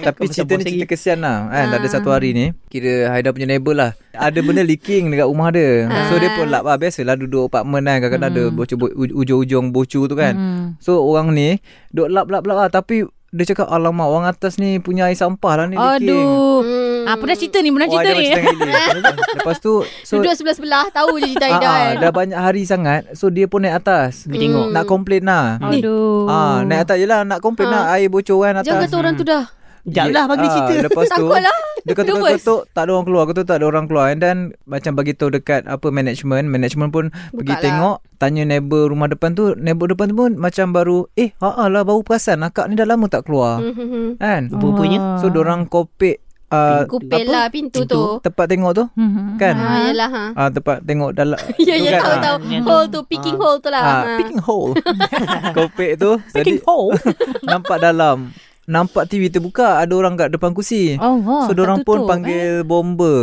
[SPEAKER 4] Ingat
[SPEAKER 3] Tapi cerita ni
[SPEAKER 4] kau macam bos
[SPEAKER 3] cerita
[SPEAKER 4] lagi.
[SPEAKER 3] kesian lah kan, Ada satu hari ni Kira Haida punya neighbor lah Ada benda leaking dekat rumah dia So dia
[SPEAKER 2] Ah.
[SPEAKER 3] pun lap lah Biasalah duduk apartment kan Kadang-kadang ada
[SPEAKER 2] Hmm.
[SPEAKER 3] bocor, bo- uj- Ujung-ujung bocor tu kan So orang ni Duk lap-lap-lap lah Tapi dia cakap Alamak orang atas ni Punya air sampah lah ni leaking
[SPEAKER 5] Aduh.
[SPEAKER 2] Hmm.
[SPEAKER 5] Ah, pernah cerita ni, pernah
[SPEAKER 3] Oh,
[SPEAKER 5] cerita
[SPEAKER 3] ada
[SPEAKER 5] ni.
[SPEAKER 3] macam tadi. Lepas- Lepas tu so,
[SPEAKER 2] duduk sebelah-sebelah tahu je cerita
[SPEAKER 3] ah,
[SPEAKER 2] Aida
[SPEAKER 3] ah,
[SPEAKER 2] kan
[SPEAKER 3] dah banyak hari sangat So dia pun naik atas
[SPEAKER 4] Pergi tengok.
[SPEAKER 3] Nak komplain lah
[SPEAKER 5] Aduh.
[SPEAKER 3] Ah, naik atas je lah Nak komplain lah Air bocor kan
[SPEAKER 2] jangan
[SPEAKER 3] atas
[SPEAKER 2] kata orang tu dah
[SPEAKER 4] Ah. Jap lah
[SPEAKER 3] Ah,
[SPEAKER 4] bagi cerita.
[SPEAKER 3] Lepas tu
[SPEAKER 2] Takut lah.
[SPEAKER 3] Dia ketuk-ketuk Tak ada orang keluar Ketuk tak ada orang keluar And then Macam bagi tahu dekat Apa management Management pun Pergi
[SPEAKER 2] lah.
[SPEAKER 3] tengok Tanya neighbor rumah depan tu Neighbor depan tu pun Macam baru Eh haa lah baru perasan Akak ni dah lama tak keluar
[SPEAKER 2] Mhm.
[SPEAKER 3] Kan
[SPEAKER 4] Rupa-rupanya.
[SPEAKER 3] So dorang kopek uh,
[SPEAKER 2] Kupil
[SPEAKER 3] apa?
[SPEAKER 2] lah pintu tu
[SPEAKER 3] Tempat tengok tu
[SPEAKER 5] Mhm.
[SPEAKER 3] Kan
[SPEAKER 2] Ha yalah ha
[SPEAKER 3] Ah tempat tengok dalam
[SPEAKER 2] Ya ya
[SPEAKER 3] tu kan,
[SPEAKER 2] tahu
[SPEAKER 3] ah.
[SPEAKER 2] tahu Hole tu Picking hole tu lah ha.
[SPEAKER 3] Ah, picking hole. Kopek tu
[SPEAKER 5] Picking
[SPEAKER 3] tadi
[SPEAKER 5] hole.
[SPEAKER 3] nampak dalam. Nampak TV terbuka ada orang kat depan kursi.
[SPEAKER 2] Oh,
[SPEAKER 5] Allah.
[SPEAKER 3] so
[SPEAKER 5] tak tutup,
[SPEAKER 3] orang pun
[SPEAKER 2] eh.
[SPEAKER 3] panggil bomba.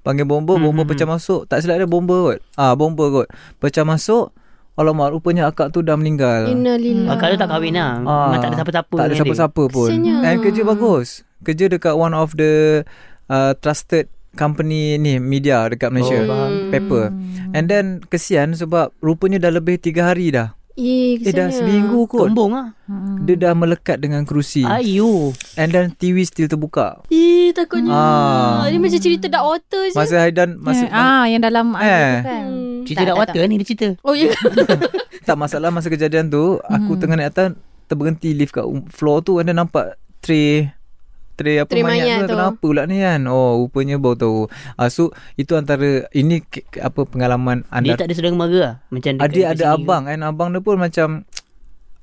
[SPEAKER 3] Panggil bomba, bomba pecah masuk. Tak silap dia bomba kot. Ah bomba kot. Pecah masuk. Alamak rupanya akak tu dah meninggal.
[SPEAKER 2] Innalillah
[SPEAKER 4] Ah, Kalau tak kahwin lah. Memang tak ada siapa-siapa.
[SPEAKER 3] Tak ada
[SPEAKER 4] dengan dia.
[SPEAKER 3] siapa-siapa pun.
[SPEAKER 2] Kesiannya.
[SPEAKER 3] And kerja bagus. Kerja dekat one of the uh, trusted company ni media dekat Malaysia.
[SPEAKER 4] Oh, faham.
[SPEAKER 3] Hmm. paper. And then kesian sebab rupanya dah lebih tiga hari dah.
[SPEAKER 2] Eh
[SPEAKER 3] Eh dah
[SPEAKER 2] kesiannya.
[SPEAKER 3] seminggu kot.
[SPEAKER 4] Kembung lah.
[SPEAKER 3] Dia dah melekat dengan kerusi.
[SPEAKER 4] Ayu.
[SPEAKER 3] And then TV still terbuka.
[SPEAKER 2] Eh takutnya
[SPEAKER 3] Ah.
[SPEAKER 2] Dia macam cerita Dark Water je
[SPEAKER 3] Masa
[SPEAKER 5] Eh.
[SPEAKER 3] Haidan masa kan?
[SPEAKER 5] ah, yang dalam air
[SPEAKER 3] Eh.
[SPEAKER 5] tu kan.
[SPEAKER 2] Hmm.
[SPEAKER 4] Cerita
[SPEAKER 5] Tak,
[SPEAKER 4] dak
[SPEAKER 5] tak,
[SPEAKER 4] water ni dia cerita.
[SPEAKER 2] Oh ya
[SPEAKER 3] tak masalah masa kejadian tu,
[SPEAKER 2] Hmm.
[SPEAKER 3] aku tengah naik atas terberhenti lift kat um- floor tu and then nampak tray tray apa
[SPEAKER 2] Tray mayat
[SPEAKER 3] mayat, tu,
[SPEAKER 2] tu.
[SPEAKER 3] tu. kenapa pula ni kan. Oh, rupanya baru tahu. Ah, so itu antara ini ke, ke- apa pengalaman
[SPEAKER 4] Dia
[SPEAKER 3] anda.
[SPEAKER 4] tak ada saudara mara lah. Macam dekat-
[SPEAKER 3] Adik
[SPEAKER 4] dekat
[SPEAKER 3] ada
[SPEAKER 4] sini.
[SPEAKER 3] abang and abang dia pun macam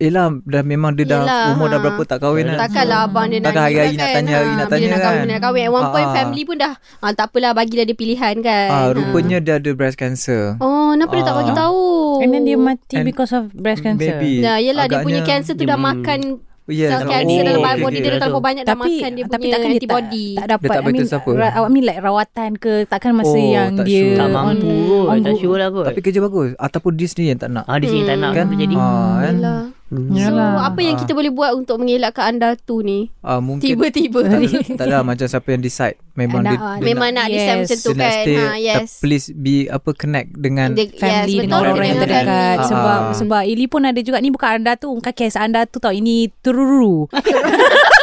[SPEAKER 3] Yelah dah memang dia dah
[SPEAKER 2] Yelah,
[SPEAKER 3] umur dah
[SPEAKER 2] ha.
[SPEAKER 3] berapa tak kahwin kan.
[SPEAKER 2] Takkanlah abang dia nangis
[SPEAKER 3] Takkan hari-hari
[SPEAKER 2] juga
[SPEAKER 3] nak
[SPEAKER 2] kan.
[SPEAKER 3] tanya, hari
[SPEAKER 2] Ah,
[SPEAKER 3] nak
[SPEAKER 2] bila
[SPEAKER 3] tanya
[SPEAKER 2] nak kahwin
[SPEAKER 3] kan.
[SPEAKER 2] nak kahwin At one point
[SPEAKER 3] Ah.
[SPEAKER 2] family pun dah ah, Tak apalah bagilah dia pilihan kan
[SPEAKER 3] Ah,
[SPEAKER 2] Ah.
[SPEAKER 3] rupanya dia ada breast cancer.
[SPEAKER 2] Oh kenapa dia tak
[SPEAKER 3] Ah.
[SPEAKER 2] bagi tahu
[SPEAKER 5] And then dia mati
[SPEAKER 3] And
[SPEAKER 5] because of breast cancer.
[SPEAKER 3] Maybe.
[SPEAKER 2] Nah, yelah dia punya
[SPEAKER 3] Agaknya-
[SPEAKER 2] cancer tu
[SPEAKER 4] Dia
[SPEAKER 2] dah
[SPEAKER 4] punya-
[SPEAKER 2] makan
[SPEAKER 3] Yes.
[SPEAKER 2] sel
[SPEAKER 3] oh,
[SPEAKER 2] cancer dalam
[SPEAKER 3] okay,
[SPEAKER 2] body
[SPEAKER 3] okay.
[SPEAKER 2] dia dah terlalu banyak dah
[SPEAKER 5] tapi
[SPEAKER 2] makan dia
[SPEAKER 5] tapi
[SPEAKER 2] punya
[SPEAKER 5] takkan dia
[SPEAKER 2] antibody.
[SPEAKER 5] Tak, tak dapat
[SPEAKER 3] Dia tak
[SPEAKER 5] I mean,
[SPEAKER 3] beritahu siapa.
[SPEAKER 5] ra- I mean like rawatan ke takkan masa
[SPEAKER 3] Oh,
[SPEAKER 5] yang
[SPEAKER 3] tak
[SPEAKER 5] dia
[SPEAKER 3] sure.
[SPEAKER 4] Tak
[SPEAKER 3] On-
[SPEAKER 4] mampu kot. Tak sure lah kot.
[SPEAKER 3] Tapi kerja bagus Ataupun dia sendiri yang tak nak
[SPEAKER 4] Ah, di sini tak nak
[SPEAKER 3] Kan?
[SPEAKER 4] kan terjadi.
[SPEAKER 3] Ah, kan?
[SPEAKER 2] Yelah. So
[SPEAKER 5] Yalah.
[SPEAKER 2] Oh, apa yang kita boleh buat untuk mengelakkan anda tu ni?
[SPEAKER 3] Ah, mungkin
[SPEAKER 2] Tiba-tiba.
[SPEAKER 3] tak, ada- tak ada macam siapa yang decide Memang
[SPEAKER 5] Anak,
[SPEAKER 3] dia,
[SPEAKER 5] ah,
[SPEAKER 3] dia
[SPEAKER 2] Memang nak decide
[SPEAKER 5] Yes.
[SPEAKER 2] macam
[SPEAKER 3] dia
[SPEAKER 2] tu
[SPEAKER 3] nak
[SPEAKER 2] kan.
[SPEAKER 3] stay
[SPEAKER 2] Ha yes.
[SPEAKER 3] Tapi please be Apa connect dengan
[SPEAKER 2] The-
[SPEAKER 5] family
[SPEAKER 2] yes,
[SPEAKER 5] dengan
[SPEAKER 2] betul,
[SPEAKER 5] orang yang
[SPEAKER 2] dengan
[SPEAKER 5] terdekat
[SPEAKER 2] family.
[SPEAKER 5] sebab
[SPEAKER 3] Ah.
[SPEAKER 5] sebab Ili pun ada juga ni bukan anda tu bukan kes anda tu tau ini tururu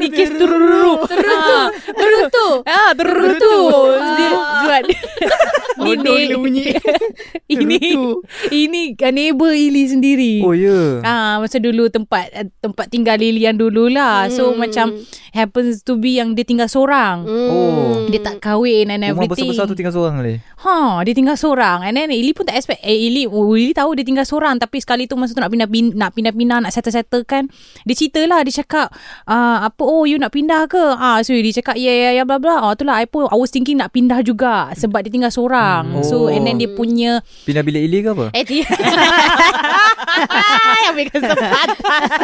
[SPEAKER 5] ni kes tururu tururu
[SPEAKER 2] Terus tu.
[SPEAKER 5] ah tururu tu dia
[SPEAKER 2] Ah.
[SPEAKER 5] buat
[SPEAKER 4] Bodoh gila bunyi.
[SPEAKER 5] ini ini kan neighbor Ili sendiri
[SPEAKER 3] Oh ya yeah.
[SPEAKER 5] Ah masa dulu tempat eh, tempat tinggal Lily yang dululah. So
[SPEAKER 2] Hmm.
[SPEAKER 5] macam happens to be yang dia tinggal seorang.
[SPEAKER 3] Oh.
[SPEAKER 5] Dia tak kahwin and
[SPEAKER 3] Rumah
[SPEAKER 5] everything.
[SPEAKER 3] besar-besar tu tinggal seorang ni
[SPEAKER 5] Ha, dia tinggal seorang. And then Ili pun tak expect. Eh, Ili, Ili tahu dia tinggal seorang. Tapi sekali tu masa tu nak pindah pin- nak pindah-pindah, nak settle-settle kan. Dia cerita lah. Dia cakap, ah, apa, oh you nak pindah ke? Ah, so Ili cakap, yeah, yeah, yeah, blah, blah. Oh, tu lah, I pun I was thinking nak pindah juga. Sebab dia tinggal seorang.
[SPEAKER 3] Hmm.
[SPEAKER 5] So,
[SPEAKER 3] Oh.
[SPEAKER 5] and then dia punya
[SPEAKER 3] Pindah bilik Ili ke apa?
[SPEAKER 5] Eh, dia Ambil kesempatan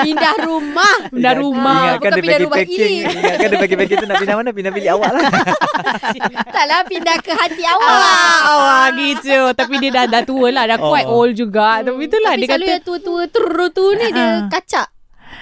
[SPEAKER 2] Pindah rumah.
[SPEAKER 5] Pindah rumah
[SPEAKER 3] Ingatkan
[SPEAKER 2] bukan
[SPEAKER 3] dia
[SPEAKER 2] pindah
[SPEAKER 3] bagi
[SPEAKER 2] rumah
[SPEAKER 3] packing
[SPEAKER 2] Ili.
[SPEAKER 3] Ingatkan dia bagi packing tu nak pindah mana Pindah bilik awak lah
[SPEAKER 2] Taklah lah, pindah ke hati awak.
[SPEAKER 5] Awak Awak gitu Tapi dia dah, dah tua lah Dah quite
[SPEAKER 3] Oh.
[SPEAKER 5] old juga Tapi itulah
[SPEAKER 2] Hmm. Tapi
[SPEAKER 5] dia
[SPEAKER 2] selalu
[SPEAKER 5] kata
[SPEAKER 2] yang tua-tua terus tu ni dia
[SPEAKER 5] Ah.
[SPEAKER 2] kacak.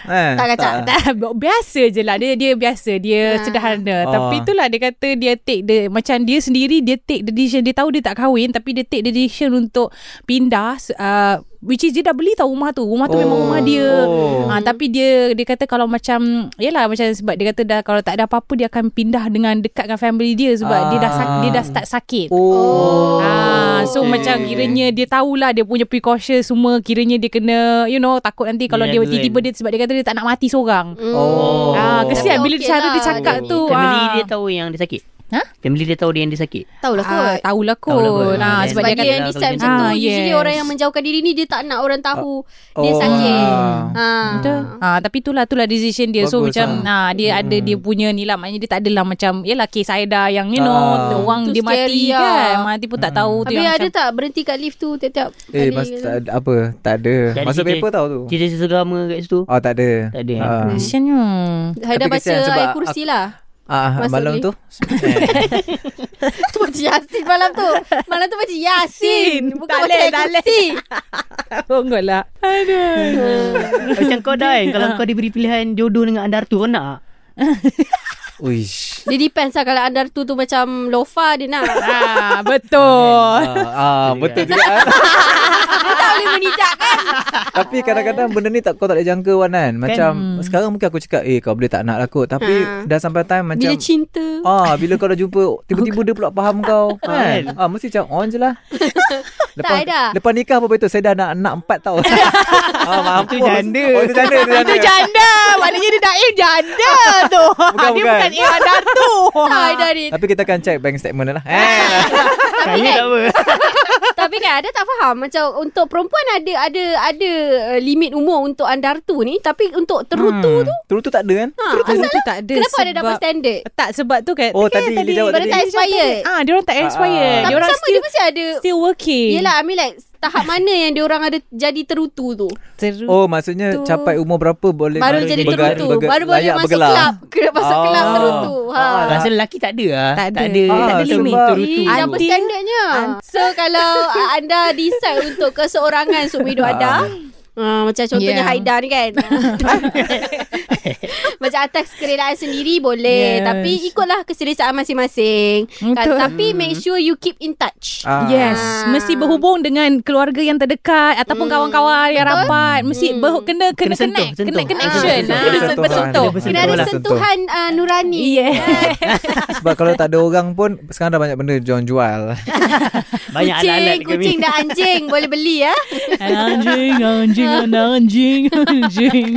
[SPEAKER 3] Eh,
[SPEAKER 2] Tak kacak. Tak.
[SPEAKER 5] Tak, biasa je lah. Dia dia biasa, dia
[SPEAKER 2] Ah.
[SPEAKER 5] sederhana.
[SPEAKER 3] Ah.
[SPEAKER 5] Tapi itulah dia kata dia take the macam dia sendiri dia take the decision. Dia tahu dia tak kahwin tapi dia take the decision untuk pindah uh, which is dia dah beli tau rumah tu. Rumah tu oh. memang
[SPEAKER 3] Oh.
[SPEAKER 5] rumah dia.
[SPEAKER 3] Oh.
[SPEAKER 5] Ha, tapi dia dia kata kalau macam yalah macam sebab dia kata dah kalau tak ada apa-apa dia akan pindah dengan dekat dengan family dia sebab dia dah sak- dia
[SPEAKER 3] Ah.
[SPEAKER 5] dah start sakit.
[SPEAKER 3] Oh.
[SPEAKER 5] Ah, so
[SPEAKER 3] Okay.
[SPEAKER 5] macam kiranya dia tahulah dia punya precaution semua kiranya dia kena you know takut nanti kalau dia
[SPEAKER 4] Adrenaline.
[SPEAKER 5] tiba-tiba dia sebab dia kata dia tak nak mati seorang.
[SPEAKER 3] Oh.
[SPEAKER 5] Ah, kesian
[SPEAKER 2] Tapi
[SPEAKER 5] bila
[SPEAKER 2] Hmm. okey
[SPEAKER 5] cara
[SPEAKER 2] lah,
[SPEAKER 5] dia cakap
[SPEAKER 2] dia-
[SPEAKER 5] tu.
[SPEAKER 4] Family
[SPEAKER 5] ah.
[SPEAKER 4] dia tahu yang dia sakit.
[SPEAKER 5] Ha?
[SPEAKER 4] Family dia tahu dia yang dia sakit.
[SPEAKER 3] Eh,
[SPEAKER 5] Ah,
[SPEAKER 2] Tahulah kot.
[SPEAKER 5] tahulah kot.
[SPEAKER 4] Tahulah kot.
[SPEAKER 5] Nah,
[SPEAKER 4] Ah,
[SPEAKER 5] sebab dia
[SPEAKER 2] Bagi
[SPEAKER 5] kata
[SPEAKER 2] yang
[SPEAKER 4] kalau
[SPEAKER 2] decide
[SPEAKER 4] macam
[SPEAKER 2] macam
[SPEAKER 5] tu.
[SPEAKER 2] tu
[SPEAKER 5] Ah,
[SPEAKER 2] Usually
[SPEAKER 5] yes.
[SPEAKER 2] orang yang menjauhkan diri ni Dia tak nak orang tahu Dia
[SPEAKER 3] Oh.
[SPEAKER 2] sakit
[SPEAKER 3] Ah.
[SPEAKER 2] ha.
[SPEAKER 5] Betul. Ah, tapi itulah itulah decision dia. so
[SPEAKER 3] Bagus,
[SPEAKER 5] macam
[SPEAKER 3] ah.
[SPEAKER 5] nah dia ada dia punya ni lah maknanya dia tak adalah macam yalah kes Aida yang you know
[SPEAKER 3] Ah.
[SPEAKER 5] orang
[SPEAKER 2] Tu
[SPEAKER 5] dia mati
[SPEAKER 2] scary lah.
[SPEAKER 5] kan. Mati pun tak tahu tu
[SPEAKER 2] Habis
[SPEAKER 5] yang
[SPEAKER 2] ada
[SPEAKER 5] macam
[SPEAKER 2] tak berhenti kat lift tu Tiap-tiap
[SPEAKER 3] Eh,
[SPEAKER 2] kali
[SPEAKER 3] mas,
[SPEAKER 2] ke?
[SPEAKER 3] tak, ada- apa? Tak ada.
[SPEAKER 4] Tak ada
[SPEAKER 3] Masuk
[SPEAKER 4] cerita-
[SPEAKER 3] paper tau tu.
[SPEAKER 4] Cerita sesagama kat situ.
[SPEAKER 3] Oh, tak ada.
[SPEAKER 4] Tak ada, eh?
[SPEAKER 3] Ah.
[SPEAKER 5] Kesiannya.
[SPEAKER 2] Haida
[SPEAKER 3] Tapi
[SPEAKER 2] baca
[SPEAKER 3] kesian sebab
[SPEAKER 2] ayat kursi lah
[SPEAKER 3] Ah,
[SPEAKER 2] Masuk
[SPEAKER 3] malam
[SPEAKER 2] ni.
[SPEAKER 3] tu. Eh.
[SPEAKER 2] Tu baca Yasin malam tu Malam tu baca Yasin Bukan
[SPEAKER 5] Tak
[SPEAKER 2] baca
[SPEAKER 5] boleh,
[SPEAKER 2] ayat
[SPEAKER 5] tak boleh.
[SPEAKER 2] kursi
[SPEAKER 5] Bonggol lah. Aduh.
[SPEAKER 4] Macam kau dah kan Kalau kau diberi pilihan Jodoh dengan anda tu Kau nak
[SPEAKER 3] Uish.
[SPEAKER 2] Dia depends lah Kalau anda tu tu macam Lofa dia nak
[SPEAKER 5] Ah, betul.
[SPEAKER 3] Ah, ah, betul juga. ah.
[SPEAKER 2] Dia tak boleh menidak kan
[SPEAKER 3] Tapi kadang-kadang benda ni tak kau tak boleh jangka wan kan. Macam sekarang mungkin aku cakap, "Eh, kau boleh tak nak lah kot." Tapi
[SPEAKER 2] Ha.
[SPEAKER 3] dah sampai time macam
[SPEAKER 2] Bila cinta
[SPEAKER 3] Ah, bila kau dah jumpa Tiba-tiba dia pula faham kau kan? Ah, mesti macam on je lah
[SPEAKER 2] Tak, Aida.
[SPEAKER 3] Lepas nikah apa betul Saya dah nak anak empat tau ah, Mampu
[SPEAKER 4] Itu janda.
[SPEAKER 3] Oh itu janda Itu janda,
[SPEAKER 5] Itu janda. Maknanya dia dah aim janda tu.
[SPEAKER 3] Bukan,
[SPEAKER 5] dia
[SPEAKER 3] bukan.
[SPEAKER 5] bukan aim anak tu.
[SPEAKER 2] Haida ni
[SPEAKER 3] Oh, ha. Tapi kita akan check bank statement lah eh.
[SPEAKER 4] Kaya tak apa
[SPEAKER 2] Tapi kan ada tak faham macam untuk perempuan ada ada ada uh, limit umur untuk andar tu ni tapi untuk terutu hmm. tu
[SPEAKER 3] Terutu tak ada kan
[SPEAKER 2] ha,
[SPEAKER 5] Terutu tak ada
[SPEAKER 2] kenapa ada double
[SPEAKER 5] sebab-
[SPEAKER 2] standard?
[SPEAKER 5] Tak sebab tu kan.
[SPEAKER 3] Oh,
[SPEAKER 5] kan
[SPEAKER 3] tadi dia jawab
[SPEAKER 2] Baru
[SPEAKER 3] tadi.
[SPEAKER 2] tak expired.
[SPEAKER 5] Ah, dia orang tak expired.
[SPEAKER 3] Ah.
[SPEAKER 5] Dia
[SPEAKER 2] Tapi
[SPEAKER 5] orang
[SPEAKER 2] sama
[SPEAKER 5] still
[SPEAKER 2] dia mesti ada
[SPEAKER 5] still working.
[SPEAKER 2] Yelah I mean like tahap mana yang diorang ada jadi terutu tu
[SPEAKER 5] Seru.
[SPEAKER 3] Oh maksudnya
[SPEAKER 2] Terutu.
[SPEAKER 3] capai umur berapa Boleh
[SPEAKER 2] Baru
[SPEAKER 3] boleh
[SPEAKER 2] jadi
[SPEAKER 3] berga-
[SPEAKER 2] terutu
[SPEAKER 3] berga-
[SPEAKER 2] Baru boleh
[SPEAKER 3] layak
[SPEAKER 2] masuk
[SPEAKER 3] bergelar.
[SPEAKER 2] kelab Kena masuk
[SPEAKER 3] Ah.
[SPEAKER 2] kelab terutu ha.
[SPEAKER 3] Ah,
[SPEAKER 4] Rasa lelaki tak ada lah
[SPEAKER 5] Tak ada.
[SPEAKER 4] Tak ada,
[SPEAKER 3] Ah,
[SPEAKER 4] tak ada limit
[SPEAKER 3] sebab-
[SPEAKER 4] Terutu
[SPEAKER 2] Ih, double
[SPEAKER 5] Until-
[SPEAKER 2] standardnya So kalau uh, anda decide untuk keseorangan seumur hidup anda Uh, macam contohnya
[SPEAKER 5] Yeah.
[SPEAKER 2] yeah. Haida ni kan Macam atas kerelaan sendiri
[SPEAKER 5] Yes.
[SPEAKER 2] boleh yes. Tapi ikutlah keselesaan masing-masing kan,
[SPEAKER 5] Betul.
[SPEAKER 2] Tapi make sure you keep in touch
[SPEAKER 3] Ah.
[SPEAKER 5] Yes,
[SPEAKER 2] Ah. Hmm.
[SPEAKER 5] mesti berhubung dengan keluarga yang terdekat ataupun kawan-kawan yang rapat. Mesti berhu- kena kena
[SPEAKER 4] Kena sentuh,
[SPEAKER 5] connect,
[SPEAKER 4] sentuh.
[SPEAKER 5] kena connection.
[SPEAKER 4] Ah,
[SPEAKER 5] Ah,
[SPEAKER 3] kena sentuh.
[SPEAKER 5] bersentuh.
[SPEAKER 3] Kena
[SPEAKER 2] Kena ada
[SPEAKER 3] Sentuh lah,
[SPEAKER 2] sentuhan uh, nurani
[SPEAKER 5] Yeah.
[SPEAKER 3] Sebab kalau tak ada orang pun Sekarang dah banyak benda John jual
[SPEAKER 4] Banyak alat-alat
[SPEAKER 2] Kucing, kucing dan anjing Boleh beli ya
[SPEAKER 5] anjing, anjing,
[SPEAKER 2] Ah.
[SPEAKER 5] anjing, anjing.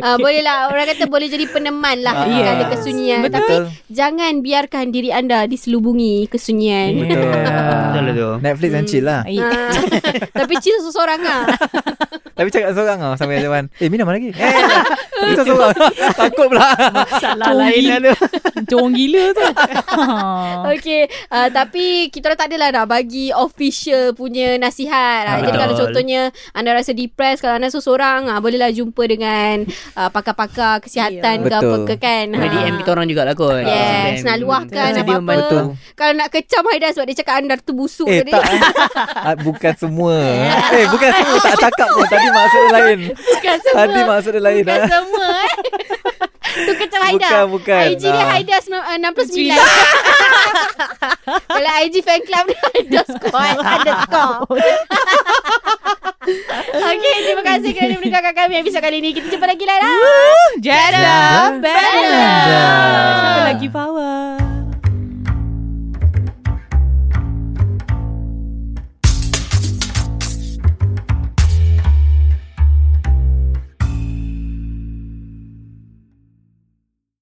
[SPEAKER 2] uh, Boleh lah Orang kata boleh jadi peneman lah
[SPEAKER 3] Ah,
[SPEAKER 2] uh, Kala
[SPEAKER 3] yes.
[SPEAKER 2] kesunyian
[SPEAKER 3] Betul.
[SPEAKER 2] Tapi jangan biarkan diri anda Diselubungi kesunyian
[SPEAKER 3] Betul Ah.
[SPEAKER 4] Betul lah tu.
[SPEAKER 3] Netflix and chill lah
[SPEAKER 5] Eh,
[SPEAKER 2] Ah, Tapi chill seseorang lah
[SPEAKER 3] Tapi cakap seorang tau Sampai zaman Eh minum lagi Eh Tapi seorang Takut pula
[SPEAKER 4] Salah lain lah tu
[SPEAKER 5] Jorong gila tu.
[SPEAKER 2] Okay uh, Tapi kita orang tak adalah nak bagi Official punya nasihat uh, Jadi
[SPEAKER 4] Betul.
[SPEAKER 2] kalau contohnya Anda rasa depressed Kalau anda seseorang uh, Bolehlah jumpa dengan uh, Pakar-pakar kesihatan ke apa
[SPEAKER 3] Betul.
[SPEAKER 2] ke kan
[SPEAKER 4] Boleh
[SPEAKER 2] Ah.
[SPEAKER 4] DM kita orang jugalah kot
[SPEAKER 2] Yes, nak luahkan
[SPEAKER 4] Sedia
[SPEAKER 2] apa-apa.
[SPEAKER 3] Betul.
[SPEAKER 2] Kalau nak kecam Haida sebab dia cakap anda tu busuk
[SPEAKER 3] Eh
[SPEAKER 2] tadi.
[SPEAKER 3] tak eh. Ah, Bukan semua Eh bukan semua Tak cakap pun Tadi maksud dia lain
[SPEAKER 2] Bukan semua.
[SPEAKER 3] Tadi maksud dia lain
[SPEAKER 2] Bukan
[SPEAKER 3] ah.
[SPEAKER 2] semua eh. tu kecam Haida.
[SPEAKER 3] Bukan, bukan.
[SPEAKER 2] IG dia
[SPEAKER 3] Ah.
[SPEAKER 2] Haida sembilan- ah, 69. Kalau IG fan club dia Haida squad underscore. okay, terima kasih kerana mendengarkan kami episod kali ini. Kita jumpa lagi lain lah.
[SPEAKER 5] Jada,
[SPEAKER 3] Bella.
[SPEAKER 5] Bella. Siapa lagi power?